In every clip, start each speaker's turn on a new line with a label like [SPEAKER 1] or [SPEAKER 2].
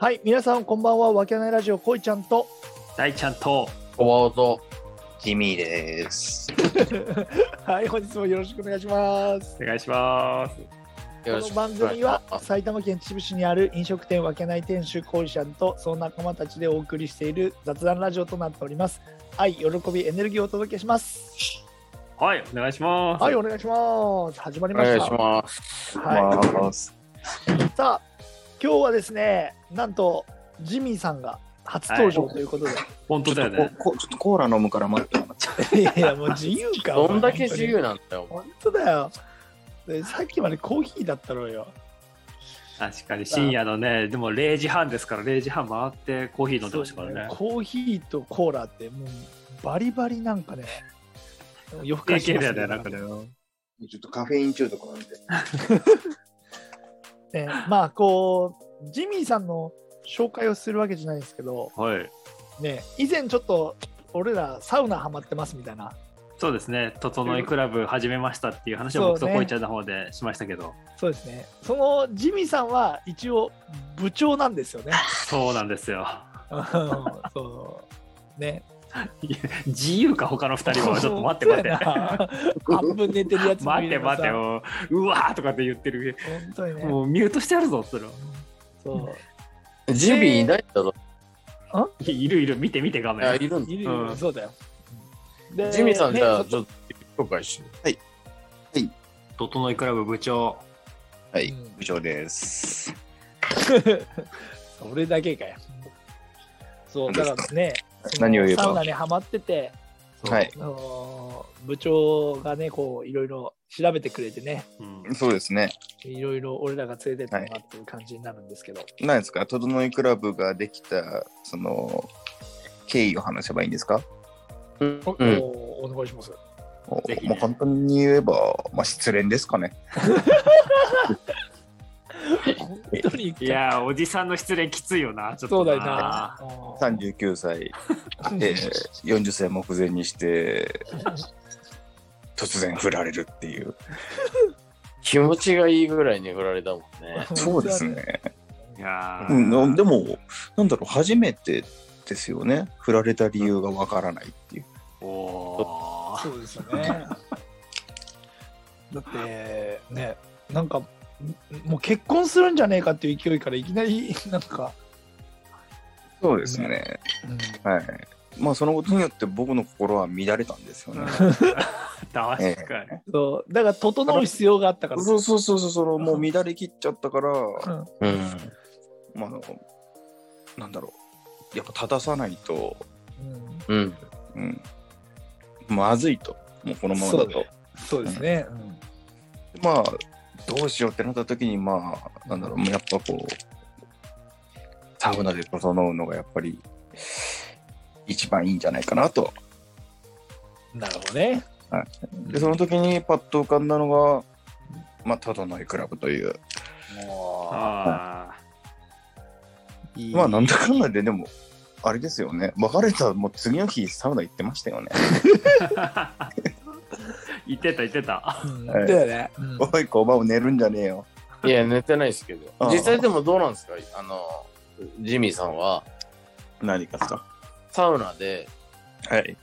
[SPEAKER 1] はい、皆さんこんばんは。わけないラジオこいちゃんと
[SPEAKER 2] 大ちゃんと
[SPEAKER 3] おばおと、ジミーです。
[SPEAKER 1] はい、本日もよろしくお願いします。
[SPEAKER 2] お願いします。
[SPEAKER 1] この番組は埼玉県秩父市にある飲食店わけない店主こいちゃんとその仲間たちでお送りしている雑談ラジオとなっております。愛、喜び、エネルギーをお届けします。
[SPEAKER 2] はい、お願いします。
[SPEAKER 1] はい、お願いします。始まり
[SPEAKER 3] お
[SPEAKER 1] ました。
[SPEAKER 3] 願いします。
[SPEAKER 1] は
[SPEAKER 3] ます。
[SPEAKER 1] い。さあ、今日はですね、なんとジミーさんが初登場ということで。
[SPEAKER 2] 本当だよね。
[SPEAKER 4] ここちょっとコーラ飲むから待っ て。
[SPEAKER 1] い、やいや、もう自由か。
[SPEAKER 3] どんだけ自由なんだよ、お前
[SPEAKER 1] 本当だよ。でさっきまでコーヒーだったろうよ。
[SPEAKER 2] 確かに深夜のね、でも0時半ですから、0時半回ってコーヒー飲んでましたからね。
[SPEAKER 1] コーヒーとコーラってもうバリバリなんかね。夜更
[SPEAKER 2] 経
[SPEAKER 1] かし
[SPEAKER 2] 験
[SPEAKER 1] ます
[SPEAKER 2] だ
[SPEAKER 1] ね
[SPEAKER 2] よね、なんかね。
[SPEAKER 4] ちょっとカフェイン中毒なんで。
[SPEAKER 1] ねまあこう、ジミーさんの紹介をするわけじゃないですけど、
[SPEAKER 2] はい。
[SPEAKER 1] ね、以前ちょっと俺らサウナハマってますみたいな。
[SPEAKER 2] そうですね、整いクラブ始めましたっていう話を僕とこいちゃんの方でしましたけど、
[SPEAKER 1] そうですね。そのジミーさんは一応部長なんですよね。
[SPEAKER 2] そうなんですよ。
[SPEAKER 1] うんそう。ね。
[SPEAKER 2] いや自由か、他の2人は。ちょっと待って待って。
[SPEAKER 1] って。半分寝てるやつも
[SPEAKER 2] 待
[SPEAKER 1] い
[SPEAKER 2] っ
[SPEAKER 1] れ
[SPEAKER 2] て
[SPEAKER 1] ば
[SPEAKER 2] 待
[SPEAKER 1] さ
[SPEAKER 2] って、もう、うわーとかって言ってる。
[SPEAKER 1] 本当にね。
[SPEAKER 2] もうミュートしてあるぞ、それ。
[SPEAKER 1] そう。
[SPEAKER 3] ジミーいないんだぞ。
[SPEAKER 2] いいるいる、見て見て画
[SPEAKER 3] いや、
[SPEAKER 2] 面。
[SPEAKER 3] いるんだ。
[SPEAKER 1] いるよ、
[SPEAKER 2] うん
[SPEAKER 1] そうだよ。で
[SPEAKER 3] ジミーさん、じゃあ、
[SPEAKER 1] ね
[SPEAKER 3] ちょっと、紹介し
[SPEAKER 2] 整いクラブ部長。
[SPEAKER 4] は
[SPEAKER 1] う
[SPEAKER 4] い、
[SPEAKER 1] ん
[SPEAKER 4] 以上です。
[SPEAKER 1] それだけかよ。そう、だからね、その
[SPEAKER 4] 何を言えば
[SPEAKER 1] サウナにハマってて、
[SPEAKER 2] そう
[SPEAKER 4] はい。
[SPEAKER 1] あのー部長がね、こう、いろいろ調べてくれてね、
[SPEAKER 2] うん
[SPEAKER 4] そうですね。
[SPEAKER 1] いろいろ俺らが連れてったなっていう感じになるんですけど、
[SPEAKER 4] 何ですか、とどのいクラブができた、その、経緯を話せばいいんですか
[SPEAKER 3] うん
[SPEAKER 1] お
[SPEAKER 3] うん。
[SPEAKER 1] おお願いします。
[SPEAKER 4] お
[SPEAKER 2] ぜひね
[SPEAKER 4] まあ、簡単に言えば、まあ、失恋ですかね。
[SPEAKER 1] 本当に
[SPEAKER 2] いやー、おじさんの失恋きついよな、ち
[SPEAKER 1] そ
[SPEAKER 2] ょっと
[SPEAKER 1] うだよな。うん
[SPEAKER 4] 39歳で40歳目前にして、突然振られるっていう。
[SPEAKER 3] 気持ちがいいぐらいに振られたもんね。
[SPEAKER 4] そうです。ね。
[SPEAKER 2] いやー
[SPEAKER 4] うん、でも、なんだろう、初めてですよね。振られた理由がわからないっていう。
[SPEAKER 2] おー
[SPEAKER 1] そうですよね。 だってね、なんかんもう結婚するんじゃねえかっていう勢いからいきなり なんか、
[SPEAKER 4] そうですね。はい。まあそのことによって僕の心は乱れたんですよね。
[SPEAKER 2] 確かに。
[SPEAKER 1] そうだから整う必要があったから。
[SPEAKER 4] そうそうそうそうそう、もう乱れ切っちゃったから、
[SPEAKER 1] うん
[SPEAKER 3] うん。
[SPEAKER 4] まああの、なんだろう、やっぱ正さないと、
[SPEAKER 1] うん
[SPEAKER 3] うん。
[SPEAKER 4] うん、まずいと、もうこのままだ
[SPEAKER 1] そ
[SPEAKER 4] と
[SPEAKER 1] う。そうですね。うん
[SPEAKER 4] まあ、どうしようってなった時に、まあ、なんだろう、もうやっぱこう、サウナで整うのがやっぱり、一番いいんじゃないかなと。
[SPEAKER 1] なるほどね。
[SPEAKER 4] で、その時にパッと浮かんだのが、まあ、整いクラブという。
[SPEAKER 1] も
[SPEAKER 2] あ
[SPEAKER 1] ういい
[SPEAKER 4] まあなんだかんだででもあれですよね別れたもう次の日サウナ行ってましたよね
[SPEAKER 2] ー言ってた言ってた。
[SPEAKER 1] うん
[SPEAKER 4] はい
[SPEAKER 1] だよね。うん
[SPEAKER 4] おい小バを寝るんじゃねえよ
[SPEAKER 3] いや、寝てないですけど
[SPEAKER 4] あ。ー
[SPEAKER 3] 実際でもどうなんですかあの、ジミーさんは、
[SPEAKER 4] 何かさ
[SPEAKER 3] サウナで
[SPEAKER 4] はい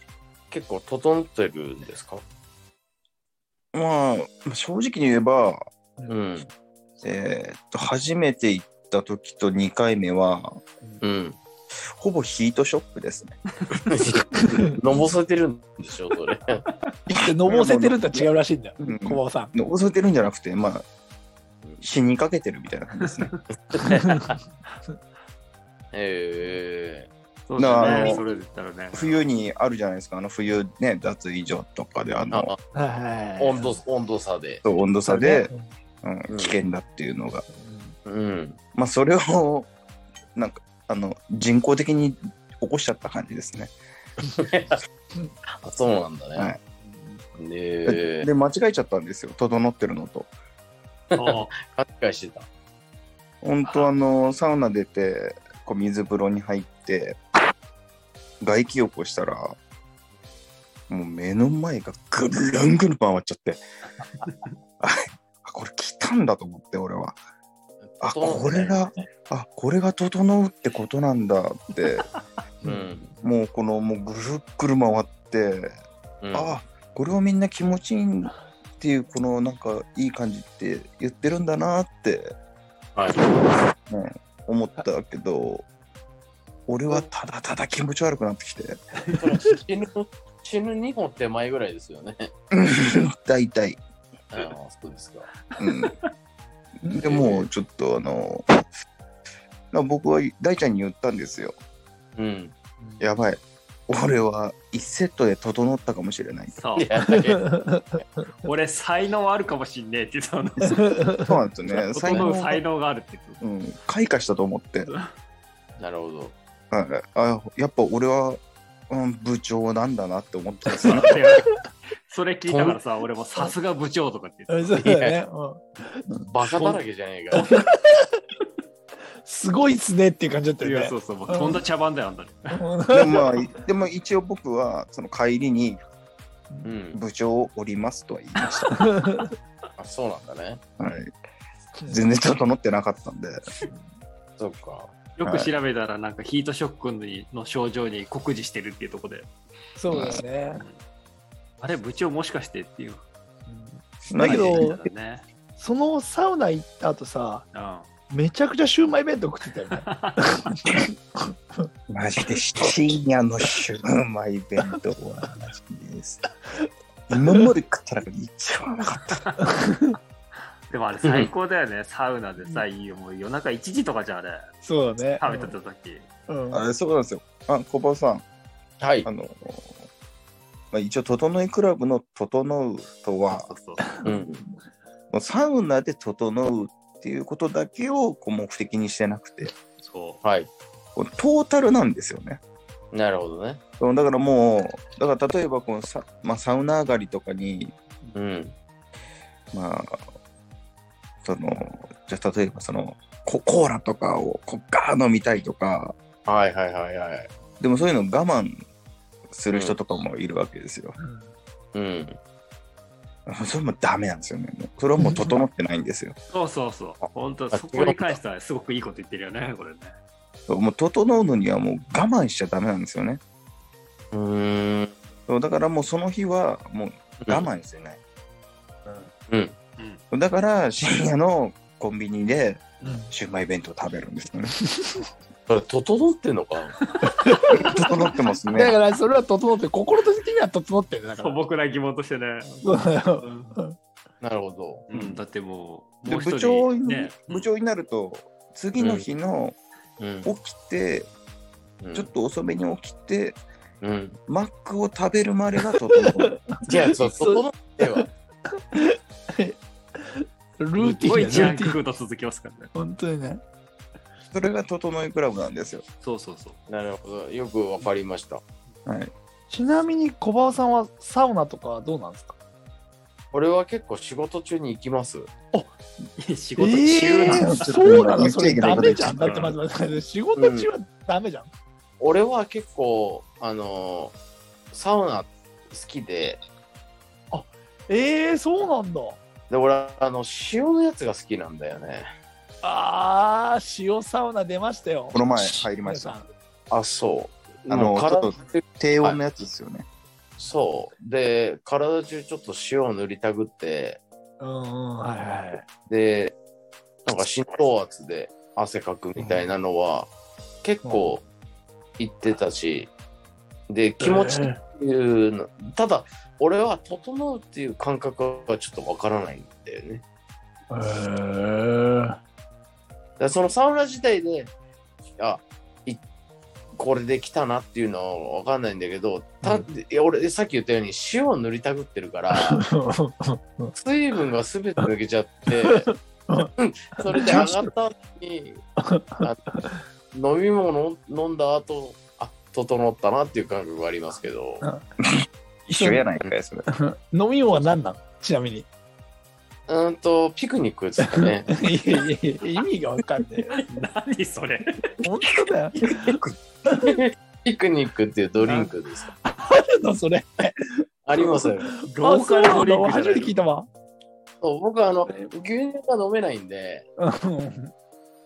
[SPEAKER 3] 結構整ってるんですか
[SPEAKER 4] まあ正直に言えば
[SPEAKER 3] うん。
[SPEAKER 4] えーっと初めて行った時と2回目は
[SPEAKER 3] うん。
[SPEAKER 4] ほぼヒートショップですね
[SPEAKER 3] のぼせてるんでしょ、それ。
[SPEAKER 1] でのぼせてると違うらしいんだよ
[SPEAKER 4] うん、
[SPEAKER 1] 小馬さん。
[SPEAKER 4] のぼせてるんじゃなくてまあ死にかけてるみたいな感じですね
[SPEAKER 3] え
[SPEAKER 2] そうだ
[SPEAKER 4] な
[SPEAKER 2] ね。
[SPEAKER 4] あ
[SPEAKER 2] それで言ったらね。
[SPEAKER 4] 冬にあるじゃないですかあの冬ね脱衣所とかであ
[SPEAKER 3] え
[SPEAKER 4] の
[SPEAKER 3] あ
[SPEAKER 1] はい
[SPEAKER 3] 温度温度差で。
[SPEAKER 4] 温度差で、、
[SPEAKER 1] うん
[SPEAKER 4] うん危険だっていうのが
[SPEAKER 3] うん。
[SPEAKER 4] まあそれをなんかあの人工的に起こしちゃった感じですね。
[SPEAKER 3] あそうなんだね。
[SPEAKER 4] はい
[SPEAKER 3] ええ
[SPEAKER 4] で間違えちゃったんですよ整ってるのと。
[SPEAKER 2] お
[SPEAKER 3] 勘違いしてた。
[SPEAKER 4] 本当あのサウナ出てこう水風呂に入って外気浴をしたらもう目の前がぐるんぐる回っち ゃってああこれ来たんだと思って俺はあこれがあこれが整うってことなんだって
[SPEAKER 3] うん。
[SPEAKER 4] もうこのもうぐるっぐる回って、
[SPEAKER 3] うん
[SPEAKER 4] あこれをみんな気持ちいいんっていうこのなんかいい感じって言ってるんだなって
[SPEAKER 3] はい。
[SPEAKER 4] 思ったけど俺はただただ気持ち悪くなってきて
[SPEAKER 3] それ死ぬ、死ぬ2本手前ぐらいですよ ね。
[SPEAKER 4] 大体、
[SPEAKER 3] ああ、そうですか。
[SPEAKER 4] うん、でもうちょっとあのな僕は大ちゃんに言ったんですよ
[SPEAKER 3] うん。
[SPEAKER 4] やばい俺は1セットで整ったかもしれない
[SPEAKER 2] そう
[SPEAKER 3] い。や、いや
[SPEAKER 2] 俺、才能あるかもしんねえって、その、
[SPEAKER 4] そうなんですよね才
[SPEAKER 2] 整
[SPEAKER 4] 能
[SPEAKER 2] う才能があるって。
[SPEAKER 4] うん、開花したと思って、
[SPEAKER 3] なるほど。
[SPEAKER 4] はい、あやっぱ俺は、うん、部長なんだなって思ったんです
[SPEAKER 2] そ
[SPEAKER 4] よね
[SPEAKER 2] うそれ聞いたからさ、俺もさすが部長とかって言っ て
[SPEAKER 1] そうだね、うん
[SPEAKER 3] バカだらけじゃねえか。
[SPEAKER 1] すごいっすねっていう感じだったた
[SPEAKER 2] い
[SPEAKER 1] よ
[SPEAKER 2] や、
[SPEAKER 1] ね
[SPEAKER 2] そうそう、もう飛んだ茶番だよ、あんたね。
[SPEAKER 4] でも,、まあ、でも一応僕はその帰りに
[SPEAKER 3] うん。
[SPEAKER 4] 部長を降りますとは言いまし
[SPEAKER 3] あ、そうなんだね。
[SPEAKER 4] た、はい、全然整ってなかった んで
[SPEAKER 3] そっか。
[SPEAKER 2] よく調べたら、なんかヒートショックにの症状に酷似してるっていうところで、
[SPEAKER 1] そうだね
[SPEAKER 2] あれ、部長もしかしてっていう。
[SPEAKER 1] だけど
[SPEAKER 4] 何
[SPEAKER 2] だね。
[SPEAKER 1] そのサウナ行った後さ
[SPEAKER 2] うん。
[SPEAKER 1] めちゃくちゃシューマイ弁当食ってたよね
[SPEAKER 4] マジで深夜のシューマイ弁当はマジです 今まで食った中で一番うまかった
[SPEAKER 2] でもあれ最高だよね、サウナでさ、いいよもう夜中1時とかじゃんあれ、
[SPEAKER 1] そうだね
[SPEAKER 2] 食べてた時。
[SPEAKER 1] うん
[SPEAKER 4] あれそうなんですよあ小林さん
[SPEAKER 3] はい
[SPEAKER 4] あ。の、まあ、一応整いクラブの整うとは
[SPEAKER 2] そうそう
[SPEAKER 3] うん。
[SPEAKER 4] もうサウナで整うっていうことだけをこう目的にしてなくて
[SPEAKER 2] そ
[SPEAKER 3] はい。
[SPEAKER 4] こうトータルなんですよね。
[SPEAKER 3] なるほどね。
[SPEAKER 4] そうだからもうだから例えばこのサ,、まあ、サウナ上がりとかに
[SPEAKER 3] うん。
[SPEAKER 4] まあそのじゃあ例えばそのココーラとかをこうガー飲みたいとか
[SPEAKER 3] はいはいはいはい。
[SPEAKER 4] でもそういうの我慢する人とかもいるわけですよ。
[SPEAKER 3] うん。
[SPEAKER 4] それもダメなんですよね。もうそれはもう整ってないんですよ。
[SPEAKER 2] う。そうそうそう。本当
[SPEAKER 3] あ
[SPEAKER 2] そこに関してはすごくいいこと言ってるよね、これね。
[SPEAKER 4] そうもう整うのにはもう我慢しちゃダメなんですよね。
[SPEAKER 3] うーん。
[SPEAKER 4] そうだからもうその日はもう我。慢してない。
[SPEAKER 3] うん。
[SPEAKER 2] うん。
[SPEAKER 4] だから深夜のコンビニで
[SPEAKER 1] うん
[SPEAKER 4] シューマイ弁当食べるんですよね。
[SPEAKER 3] それ整ってんのか。
[SPEAKER 4] 整ってます
[SPEAKER 1] だ
[SPEAKER 4] ね。
[SPEAKER 1] からそれは整って心と的には整ってるだか
[SPEAKER 2] 素
[SPEAKER 1] ら
[SPEAKER 2] 朴な疑問としてね。
[SPEAKER 1] そうだよ
[SPEAKER 2] うん
[SPEAKER 3] なるほど。
[SPEAKER 2] うん、だってもう、
[SPEAKER 4] で
[SPEAKER 2] もう一人
[SPEAKER 4] 部長に、
[SPEAKER 2] ね、
[SPEAKER 4] 部長になると次の日の
[SPEAKER 3] うん
[SPEAKER 4] 起きて、ちょっと遅めに起きて
[SPEAKER 3] うん。
[SPEAKER 4] マックを食べるまでが整 う。
[SPEAKER 3] じゃあ、 そう、整っては。
[SPEAKER 1] ルーティンだ
[SPEAKER 2] ルーティンだ
[SPEAKER 1] よ
[SPEAKER 2] よねジャン
[SPEAKER 1] ルーテ
[SPEAKER 2] ク
[SPEAKER 1] ィン
[SPEAKER 2] フード続きますからね。
[SPEAKER 1] 本当にね
[SPEAKER 4] それが整いクラブなんですよ。
[SPEAKER 2] そうそうそう。
[SPEAKER 3] なるほど。よくわかりました。
[SPEAKER 4] はい。
[SPEAKER 1] ちなみに小林さんはサウナとかはどうなんですか
[SPEAKER 3] 俺は結構仕事中に行きます。
[SPEAKER 2] 仕事中なん
[SPEAKER 1] えー
[SPEAKER 2] だ
[SPEAKER 4] ちょっと
[SPEAKER 1] そうな
[SPEAKER 4] 言
[SPEAKER 1] の
[SPEAKER 4] っ
[SPEAKER 1] そ
[SPEAKER 4] ちゃ
[SPEAKER 1] れ
[SPEAKER 4] いけない
[SPEAKER 1] ダ
[SPEAKER 4] こと言
[SPEAKER 1] メ
[SPEAKER 4] っ
[SPEAKER 1] じ
[SPEAKER 4] ちゃ
[SPEAKER 1] ゃ
[SPEAKER 4] っ
[SPEAKER 1] ん。
[SPEAKER 4] た
[SPEAKER 1] だって待って待って、仕事中はダメじゃん。
[SPEAKER 3] 俺は結構、あのー、サウナ好きで、
[SPEAKER 1] えー、そうなんだ。
[SPEAKER 3] で、俺は、あの、塩のやつが好きなんだよね。
[SPEAKER 1] あー、塩サウナ出ましたよ。
[SPEAKER 4] この前入りました
[SPEAKER 1] 皆さん。
[SPEAKER 3] あ、そう。
[SPEAKER 4] あの
[SPEAKER 3] もう体
[SPEAKER 4] ちょっ低温のやつですよね。
[SPEAKER 3] そう。で、体中ちょっと塩を塗りたくって、
[SPEAKER 1] うんうん、はいはい。
[SPEAKER 3] で、なんか浸透圧で汗かくみたいなのは、結構言ってたし、で、気持ちっていうの、ただ、俺は整うっていう感覚はちょっとわからないんだよね。
[SPEAKER 1] えー、
[SPEAKER 3] だからそのサウナ自体で、あいこれで来たなっていうのは分かんないんだけど、た
[SPEAKER 1] うん
[SPEAKER 3] いや俺、さっき言ったように塩を塗りたくってるから、水分がすべて抜けちゃって、それで上がった後に、あ飲み物飲んだ後あ整ったなっていう感覚がありますけど、
[SPEAKER 4] 一緒やないかい、それ。
[SPEAKER 1] 飲み物は何なの ちなみに。
[SPEAKER 3] うーんと、ピクニックです かね。
[SPEAKER 1] いやいやいや、意味がわかんねえ。
[SPEAKER 2] 何それ
[SPEAKER 1] 本当だよ。
[SPEAKER 3] ピクニックっていうドリンクですか。
[SPEAKER 1] あるのそれ。
[SPEAKER 3] ありますよ。
[SPEAKER 2] ローカルドリンクじゃ
[SPEAKER 1] 初
[SPEAKER 2] な
[SPEAKER 1] め
[SPEAKER 2] い
[SPEAKER 1] て聞いたわ。
[SPEAKER 3] そう僕はあの牛乳が飲めないんで、
[SPEAKER 1] うん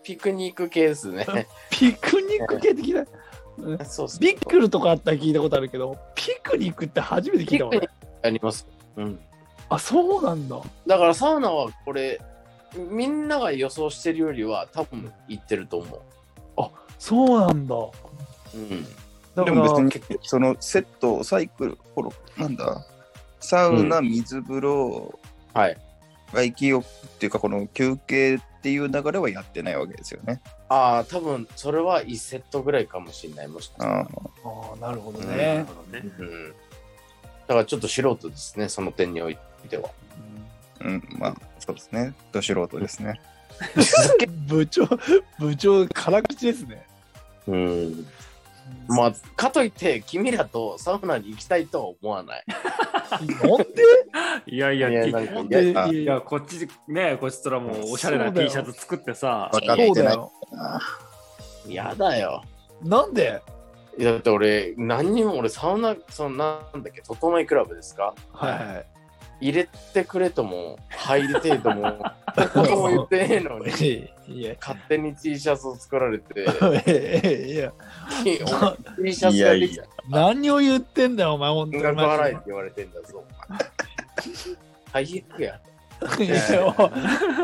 [SPEAKER 3] ピクニック系ですね。
[SPEAKER 1] ピクニック系って聞いた。
[SPEAKER 3] そうそう
[SPEAKER 1] ビックルとかあったら聞いたことあるけど、ピクニックって初めて聞いたもん
[SPEAKER 3] ピ
[SPEAKER 1] ね。
[SPEAKER 3] あります。うん。
[SPEAKER 1] あ、そうなんだ。
[SPEAKER 3] だからサウナはこれ、みんなが予想してるよりは多分行ってると思
[SPEAKER 1] そうなんだ。
[SPEAKER 3] う。うん。
[SPEAKER 1] だか
[SPEAKER 4] で
[SPEAKER 1] ら
[SPEAKER 4] も別にそのセット、サイクル、ほら、なんだ、サウナ、水風呂、
[SPEAKER 3] はい。
[SPEAKER 4] 外気浴っていうか、この休憩っていう流れはやってないわけですよね。
[SPEAKER 3] ああ、多分それは1セットぐらいかもしれない。もしかしたら
[SPEAKER 4] あ
[SPEAKER 1] ああ、なるほど
[SPEAKER 2] なる
[SPEAKER 1] ね。
[SPEAKER 2] ほどね。
[SPEAKER 3] うん。だからちょっと素人ですね、その点においては。
[SPEAKER 4] ーうん、まあ、そうですね。ど素人ですね。
[SPEAKER 1] 部長、部長、辛口ですね。
[SPEAKER 3] うん。まあ、かといって、君らとサウナに行きたいとは思わない。
[SPEAKER 1] なんで
[SPEAKER 2] いやいや、
[SPEAKER 3] いや
[SPEAKER 2] い
[SPEAKER 3] なんか
[SPEAKER 1] なん
[SPEAKER 4] いや
[SPEAKER 1] でい
[SPEAKER 2] いや、こっち、ね、こっちとらもうおしゃれな
[SPEAKER 1] そうだよ
[SPEAKER 2] T シャツ作ってさ、
[SPEAKER 4] わかっ
[SPEAKER 1] そう
[SPEAKER 4] て
[SPEAKER 1] だ
[SPEAKER 4] ない。
[SPEAKER 1] よ。
[SPEAKER 3] やだよ。
[SPEAKER 1] なんで
[SPEAKER 3] だって俺、何にも俺、サウナ、そのなんだっけ、整いクラブですか
[SPEAKER 1] はいはい。
[SPEAKER 3] 入れてくれとも、入りてえと も、ことも言ってねえのに、
[SPEAKER 1] いや、
[SPEAKER 3] 勝手に T シャツを作られ て、
[SPEAKER 1] いや、
[SPEAKER 3] お前 T シャツができた。
[SPEAKER 1] 何を言ってんだよ、お前、本当
[SPEAKER 3] 金
[SPEAKER 1] に。
[SPEAKER 3] 額払えって言われてんだぞ。お前最悪や。
[SPEAKER 1] いや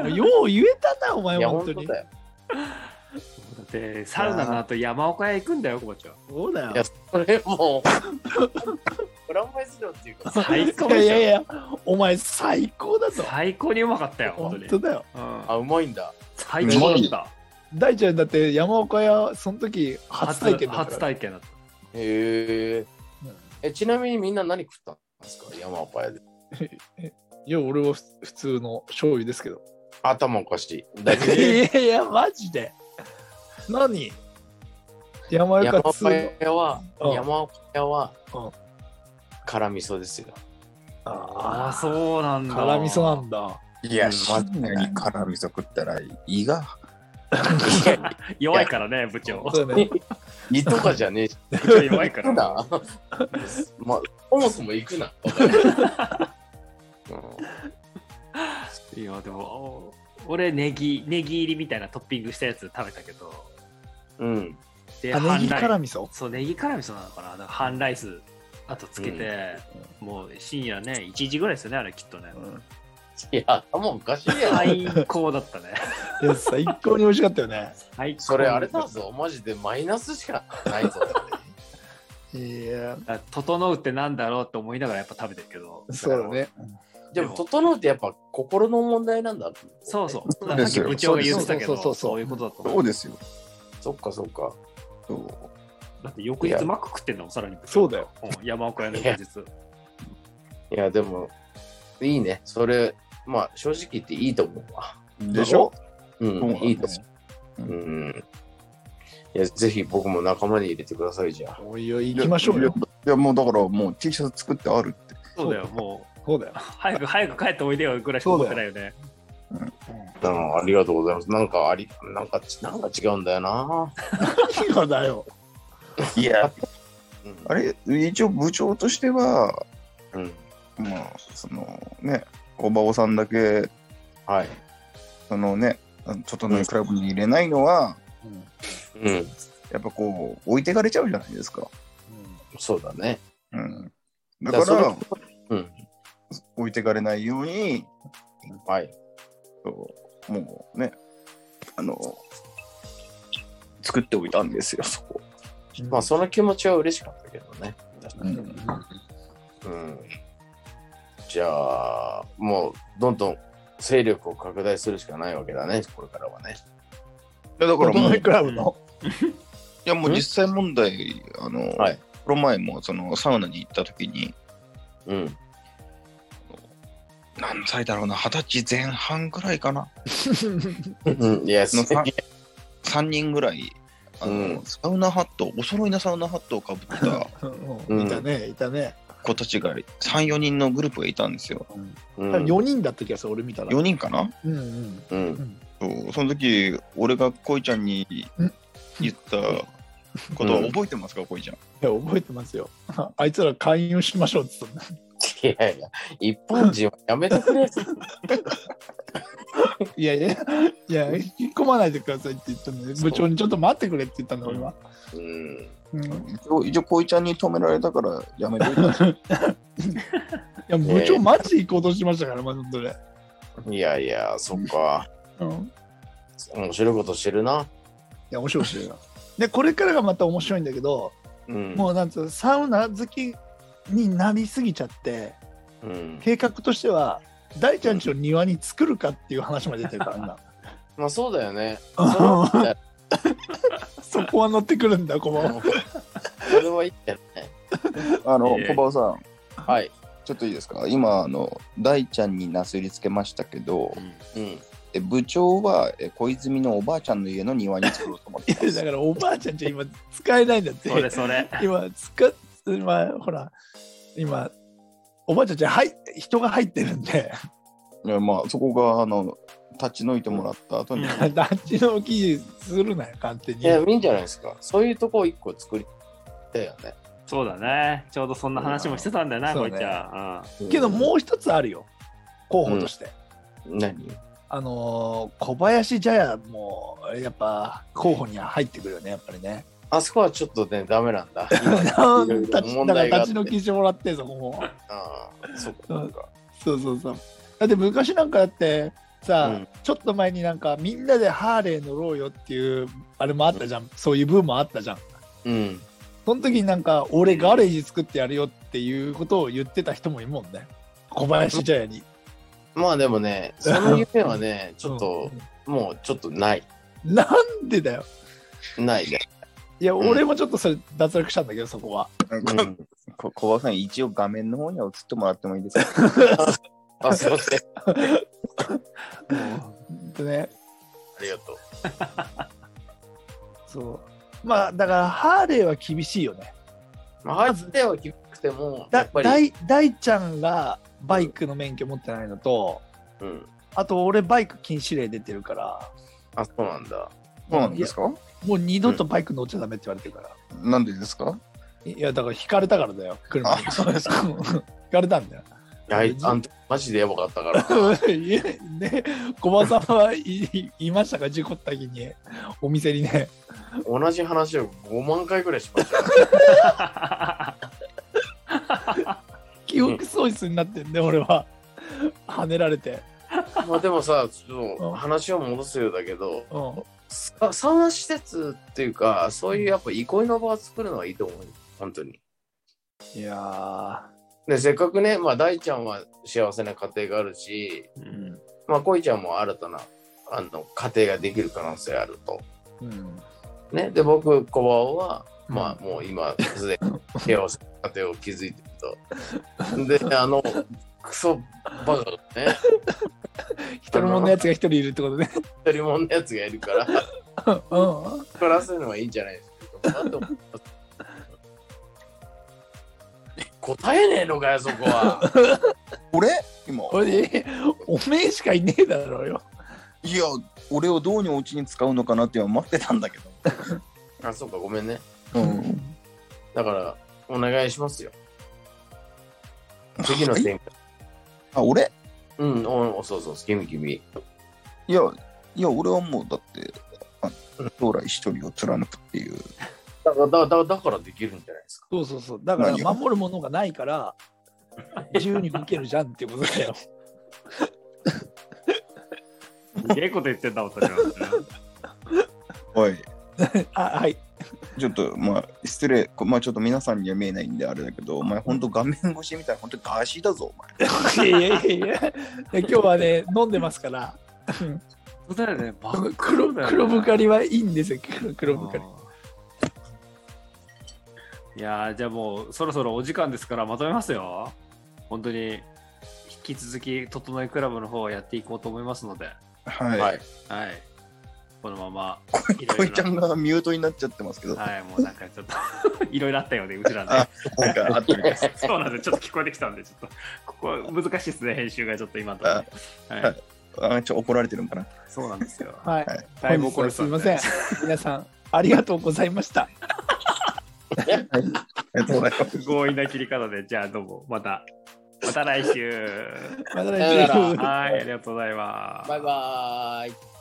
[SPEAKER 1] おいよう言えたな、お前、
[SPEAKER 3] いや、
[SPEAKER 1] 本
[SPEAKER 3] 本
[SPEAKER 1] 当
[SPEAKER 3] 当
[SPEAKER 1] に。
[SPEAKER 3] だよ。
[SPEAKER 2] だってサウナの後山岡へ行くんだよ、ここちゃん。
[SPEAKER 1] そうだよ
[SPEAKER 3] いや。、それもう、プラマイズ料っていうか、
[SPEAKER 2] 最高
[SPEAKER 1] いや
[SPEAKER 2] で
[SPEAKER 1] い
[SPEAKER 2] しょ
[SPEAKER 1] やいや、お前、最高だぞ。
[SPEAKER 2] 最高にうまかったよ、本当
[SPEAKER 1] 本
[SPEAKER 2] に。
[SPEAKER 1] 当だよ。
[SPEAKER 2] うん
[SPEAKER 3] あ、うまいんだ。
[SPEAKER 2] 最高だ
[SPEAKER 4] う
[SPEAKER 2] った。
[SPEAKER 1] 大ちゃんだって山岡屋、その時初体験だ
[SPEAKER 2] 初
[SPEAKER 1] から。
[SPEAKER 2] 体験だった。
[SPEAKER 3] へえ。
[SPEAKER 1] うん
[SPEAKER 3] え、ちなみにみんな何食ったんですか山岡屋で。
[SPEAKER 1] いや、俺はふ普通の醤油ですけど。
[SPEAKER 3] 頭おかしい。だ
[SPEAKER 1] い
[SPEAKER 3] け
[SPEAKER 1] やいや、マジで。何山
[SPEAKER 3] 山
[SPEAKER 1] 岡
[SPEAKER 3] 岡
[SPEAKER 1] 2
[SPEAKER 3] 屋は、
[SPEAKER 1] うん
[SPEAKER 3] 山岡屋は
[SPEAKER 1] うん、
[SPEAKER 3] 辛味噌ですよ。
[SPEAKER 1] の。
[SPEAKER 2] ああ、
[SPEAKER 1] あ
[SPEAKER 2] そうなん
[SPEAKER 1] あ、
[SPEAKER 2] だ。
[SPEAKER 1] 辛味噌なんだ。
[SPEAKER 4] い
[SPEAKER 3] うん
[SPEAKER 4] マジに辛味噌食ったら胃が。
[SPEAKER 2] 弱いからね、部長。
[SPEAKER 1] そうだね。
[SPEAKER 3] 胃とかじゃねえし。
[SPEAKER 2] 部長弱いか
[SPEAKER 3] 行く
[SPEAKER 2] ら。
[SPEAKER 3] な。 ま、そもそも行くな。うん
[SPEAKER 2] いや、でも、俺、ネギ、ネギ入りみたいなトッピングしたやつ食べたけど、
[SPEAKER 3] うん。
[SPEAKER 2] で、
[SPEAKER 1] あネギ
[SPEAKER 2] 半
[SPEAKER 1] 辛味噌
[SPEAKER 2] そう、ネギ辛味噌なのかな。だから半ライス、あとつけて、もう深夜ね、1時ぐらいですよね、あれきっとね。
[SPEAKER 3] いや、頭おかしいやん。
[SPEAKER 2] 最高だったね。
[SPEAKER 1] いや、最高に美味しかったよね。
[SPEAKER 2] 最高
[SPEAKER 3] それあれだぞ。マジでマイナスしかないぞ。
[SPEAKER 1] いや、
[SPEAKER 2] だから整うってなんだろうって思いながらやっぱ食べてるけど。
[SPEAKER 1] そうだね。
[SPEAKER 3] でも、整うってやっぱ心の問題なんだ。
[SPEAKER 2] そうそう。
[SPEAKER 4] そ
[SPEAKER 2] さ
[SPEAKER 4] う
[SPEAKER 2] っ
[SPEAKER 4] です
[SPEAKER 2] き
[SPEAKER 4] よ
[SPEAKER 2] 部長が言ってたけど、
[SPEAKER 1] そうそうそうそう
[SPEAKER 2] そういうことだと
[SPEAKER 4] そ
[SPEAKER 2] 思
[SPEAKER 4] う
[SPEAKER 2] う。
[SPEAKER 4] ですよ。
[SPEAKER 3] そっかそっか。
[SPEAKER 4] そ
[SPEAKER 2] だって翌日マック食ってんだもん、さらに。
[SPEAKER 1] そうだよ。
[SPEAKER 2] ん、山岡屋の翌日。
[SPEAKER 3] いや、でも、いいね。それ、まあ、正直言っていいと思うわ。
[SPEAKER 4] うでしょ
[SPEAKER 3] う、
[SPEAKER 4] そうんなん
[SPEAKER 3] いいと
[SPEAKER 4] ですよ
[SPEAKER 3] 思う。うん。いや、ぜひ僕も仲間に入れてくださいじゃん。
[SPEAKER 1] おいおい、行きましょうよ。
[SPEAKER 4] いや。いやもうだからもう T シャツ作ってあるって。
[SPEAKER 2] そうだよ、もう。
[SPEAKER 1] そうだよ。
[SPEAKER 2] 早く早く帰っておいでよぐらいしか思ってないよね。
[SPEAKER 3] うんありがとうございます。なんかあり、なんか、なんか違うんだよな。
[SPEAKER 1] 何がだよ。
[SPEAKER 4] いや、
[SPEAKER 3] うん
[SPEAKER 4] あれ、一応部長としては、
[SPEAKER 3] うん。
[SPEAKER 4] まあ、そのね、おばおさんだけ、
[SPEAKER 3] はい。
[SPEAKER 4] そのね、整いクラブに入れないのは、
[SPEAKER 3] うん。
[SPEAKER 4] やっぱこう、置いてかれちゃうじゃないですか。
[SPEAKER 3] そうだね。
[SPEAKER 4] うん。だから、
[SPEAKER 3] だからうん。
[SPEAKER 4] 置いてかれないように、
[SPEAKER 3] はい。
[SPEAKER 4] そうもうね、あの、作っておいたんですよ、そこ。
[SPEAKER 3] まあ、その気持ちは嬉しかったけどね。
[SPEAKER 4] うん。
[SPEAKER 3] うん。じゃあ、もう、どんどん勢力を拡大するしかないわけだね、これからはね。
[SPEAKER 4] いやだからもう、
[SPEAKER 1] 整い
[SPEAKER 4] い
[SPEAKER 1] クラブ の。
[SPEAKER 4] やもう実際問題、あの、
[SPEAKER 3] はい
[SPEAKER 4] この前もそのサウナに行った時に、
[SPEAKER 3] うん。
[SPEAKER 4] 何歳だろうな、二十歳前半ぐらいかな、
[SPEAKER 3] うんいや、そ
[SPEAKER 4] の
[SPEAKER 3] う
[SPEAKER 4] さ三人ぐらい、あの
[SPEAKER 3] うん
[SPEAKER 4] サウナハット、お揃いのサウナハットをかぶった
[SPEAKER 1] うんいたね、いたね。
[SPEAKER 4] 子た ちが3、4人のグループがいたんですよ。
[SPEAKER 3] うん
[SPEAKER 1] 多分4人だった気がする、俺見たら。
[SPEAKER 4] 4人かな
[SPEAKER 1] うんうん。
[SPEAKER 3] うん。
[SPEAKER 4] そうその時、俺が恋ちゃんに
[SPEAKER 1] うん
[SPEAKER 4] 言ったことは覚えてますか、恋ちゃん。
[SPEAKER 1] いや、覚えてますよ。 あいつら勧誘しましょうって言ったんだ。
[SPEAKER 3] いやいや、一般人はやめてくれ。
[SPEAKER 1] いやいや、いや、込まないでくださいって言ったんで、部長にちょっと待ってくれって言ったんだ、俺は。
[SPEAKER 3] うん。
[SPEAKER 1] うん、い
[SPEAKER 4] 一応、一応、こいちゃんに止められたからやめといた。
[SPEAKER 1] や、部長、マジで行こうとしましたから、まずそれ。
[SPEAKER 3] いやいや、そっか。
[SPEAKER 1] うん。い
[SPEAKER 3] 面白いことしてるな。
[SPEAKER 1] や、面白い面白いな。で、これからがまた面白いんだけど、
[SPEAKER 3] うん。
[SPEAKER 1] もうなんつうのサウナ好きになりすぎちゃって、
[SPEAKER 3] うん、
[SPEAKER 1] 計画としては、大ちゃんちの庭に作るかっていう話まで出てるからな。
[SPEAKER 3] まあそうだよね。それ
[SPEAKER 1] あ
[SPEAKER 3] はいいんだよ
[SPEAKER 1] そこは乗ってくるんだ、この。
[SPEAKER 3] それはいいんだよね。
[SPEAKER 4] あの、
[SPEAKER 2] ええ
[SPEAKER 4] 小バオさん、
[SPEAKER 3] はい。
[SPEAKER 4] ちょっといいですか今、あの、大ちゃんになすりつけましたけど、
[SPEAKER 3] うん。
[SPEAKER 4] え部長はえ小泉のおばあちゃんの家の庭に作ろうと思っ
[SPEAKER 1] い
[SPEAKER 4] て
[SPEAKER 1] や
[SPEAKER 4] ます
[SPEAKER 1] だからおばあちゃんじゃ今使えないんだって
[SPEAKER 2] そ。れそれ。
[SPEAKER 1] 今使っ今ほら今おばあちゃんじゃはい人が入ってるんで
[SPEAKER 4] いやまあそこがあの立ち退いてもらった後に、
[SPEAKER 2] うん
[SPEAKER 1] 団地の木するなよ勝手に
[SPEAKER 3] いや、いいんじゃないですか。そういうとこを一個作りたいよね。
[SPEAKER 2] そうだね。ちょうどそんな話もしてたんだよな、
[SPEAKER 1] そ
[SPEAKER 2] こ
[SPEAKER 1] う
[SPEAKER 2] い
[SPEAKER 1] ね
[SPEAKER 2] ちゃ
[SPEAKER 1] けどもう一つあるよ候補として、
[SPEAKER 3] うん。何
[SPEAKER 1] あのー小林ジャヤもやっぱ候補には入ってくるよねやっぱりね
[SPEAKER 3] あそこはちょっとね、ダメなんだ。今
[SPEAKER 1] だから
[SPEAKER 3] いろい
[SPEAKER 1] 立
[SPEAKER 3] ろ
[SPEAKER 1] ち
[SPEAKER 3] 問題があって
[SPEAKER 1] 退きしてもらってそこも
[SPEAKER 3] ああ、そっか。そっか
[SPEAKER 1] そうそうそうだって昔なんかだってさ、
[SPEAKER 3] うん
[SPEAKER 1] ちょっと前になんかみんなでハーレー乗ろうよっていうあれもあったじゃん、そういうブームもあったじゃん
[SPEAKER 3] うん。
[SPEAKER 1] その時になんか俺ガレージ作ってやるよっていうことを言ってた人もいるもんね小林茶屋に
[SPEAKER 3] まあでもね、その夢はね、ちょっと、もうちょっとない。
[SPEAKER 1] なんでだよ
[SPEAKER 3] ないね。
[SPEAKER 1] いや
[SPEAKER 3] ん
[SPEAKER 1] 俺もちょっとそれ脱落したんだけどそこは
[SPEAKER 3] うん。
[SPEAKER 4] こ小バオさん一応画面の方には映ってもらってもいいですか
[SPEAKER 3] あ、すいません。
[SPEAKER 2] ん。も
[SPEAKER 1] でね
[SPEAKER 3] ありがとう。
[SPEAKER 1] そうまあだからハーレーは厳しいよね
[SPEAKER 3] まあ、初手は厳しくても、
[SPEAKER 1] だ
[SPEAKER 3] やっぱり、
[SPEAKER 1] 大大ちゃんがバイクの免許持ってないのと
[SPEAKER 3] うん。
[SPEAKER 1] あと俺バイク禁止令出てるから
[SPEAKER 3] あ、そうなんだ。
[SPEAKER 4] そうなんですか
[SPEAKER 1] もう二度とバイク乗っちゃダメって言われてるから、
[SPEAKER 4] なんでですか
[SPEAKER 1] いやだから引かれたからだよ車に
[SPEAKER 4] あそうです
[SPEAKER 1] 引かれたんだよ。
[SPEAKER 3] いや、あいあんた、マジでやばかったか ら
[SPEAKER 1] いやね、小馬さんはいいいましたか、事故った日に、お店にね。
[SPEAKER 3] 同じ話を5万回ぐらいしましたよ。
[SPEAKER 1] 記憶喪失になってんで、俺は。跳ねられて。
[SPEAKER 3] まあでもさ、ちょっ
[SPEAKER 1] う
[SPEAKER 3] と
[SPEAKER 1] ん
[SPEAKER 3] 話を戻すようだけど、
[SPEAKER 1] うん、
[SPEAKER 3] さサウナ施設っていうか、そういうやっぱ憩いの場を作るのはいいと思うよ。本当に。
[SPEAKER 1] いや
[SPEAKER 3] で、せっかくね、まあ大ちゃんは幸せな家庭があるし、
[SPEAKER 2] う
[SPEAKER 1] ー、
[SPEAKER 2] ん
[SPEAKER 3] まあ恋ちゃんも新たな、あの、家庭ができる可能性あると。
[SPEAKER 1] うん
[SPEAKER 3] ね、で、僕、小顔は、まあもう今、すでに幸せな家庭を築いてると。で、あの、クソバカがね、
[SPEAKER 1] 一人もんのやつが一人いるってことね。
[SPEAKER 3] 一人もんのやつがいるから。
[SPEAKER 1] うん
[SPEAKER 3] プラスのはいいんじゃないですか。なんで思った答えねえのかよ、そこは。
[SPEAKER 4] 俺今
[SPEAKER 1] これで、 おめえしかいねえだろうよ。
[SPEAKER 4] いや俺をどうにお家に使うのかなって今待ってたんだけど
[SPEAKER 3] あ、そうか、ごめんね。
[SPEAKER 4] うん
[SPEAKER 3] だから、お願いしますよ。次の展開。
[SPEAKER 4] あ俺
[SPEAKER 3] うん、おおそうそう、君君。
[SPEAKER 4] いやいや俺はもうだってあ将来一人を貫くっていう
[SPEAKER 3] だからだだだからできるんじゃないですか。
[SPEAKER 1] そうそうそう。だから、
[SPEAKER 4] 何を
[SPEAKER 1] 守るものがないから、自由に動けるじゃんってことだよ。
[SPEAKER 2] すげえこと言ってんだ、私 は。
[SPEAKER 4] はい
[SPEAKER 1] あ、はい。
[SPEAKER 4] ちょっとまあ失礼こまあちょっと皆さんには見えないんであれだけどお前ほんと画面越しみたいなほんとガーシーだぞお前
[SPEAKER 1] いやいやいやいや、今日はね、飲んでますから。
[SPEAKER 2] そうだよね、バ
[SPEAKER 1] 黒黒黒ぶかりはいいんですよ、黒黒ぶかり。
[SPEAKER 2] いやーじゃあもうそろそろお時間ですからまとめますよ。本当に引き続き整いクラブの方をやっていこうと思いますので、
[SPEAKER 4] はい、
[SPEAKER 3] はい。
[SPEAKER 2] はい。このままいろ
[SPEAKER 4] こ
[SPEAKER 2] い
[SPEAKER 4] いちゃ
[SPEAKER 2] ろ
[SPEAKER 4] んがミュートになっちゃってますけど、
[SPEAKER 2] な。はい、もうなんかちょっと いろいろあったよね、うちらね。
[SPEAKER 4] なんかあったみたいです。
[SPEAKER 2] そうなんです、ちょっと聞こえてきたんで、ちょっと、ここは難しいですね、編集がちょっと今のところ。は
[SPEAKER 4] はいい、あちょ怒られてるのかな。
[SPEAKER 2] そうなんですよ。
[SPEAKER 1] はい
[SPEAKER 4] は。
[SPEAKER 2] だいぶ
[SPEAKER 1] 本日
[SPEAKER 2] 怒
[SPEAKER 1] は
[SPEAKER 2] る
[SPEAKER 1] すみません。皆さん、ありがとうございました。
[SPEAKER 4] ありがとうございます。
[SPEAKER 2] 強引な切り方で、じゃあどうも、また、また来週。
[SPEAKER 1] また
[SPEAKER 3] さよな
[SPEAKER 1] 来週
[SPEAKER 3] ら。
[SPEAKER 2] はい、ありがとうございます。
[SPEAKER 3] バイバーイ。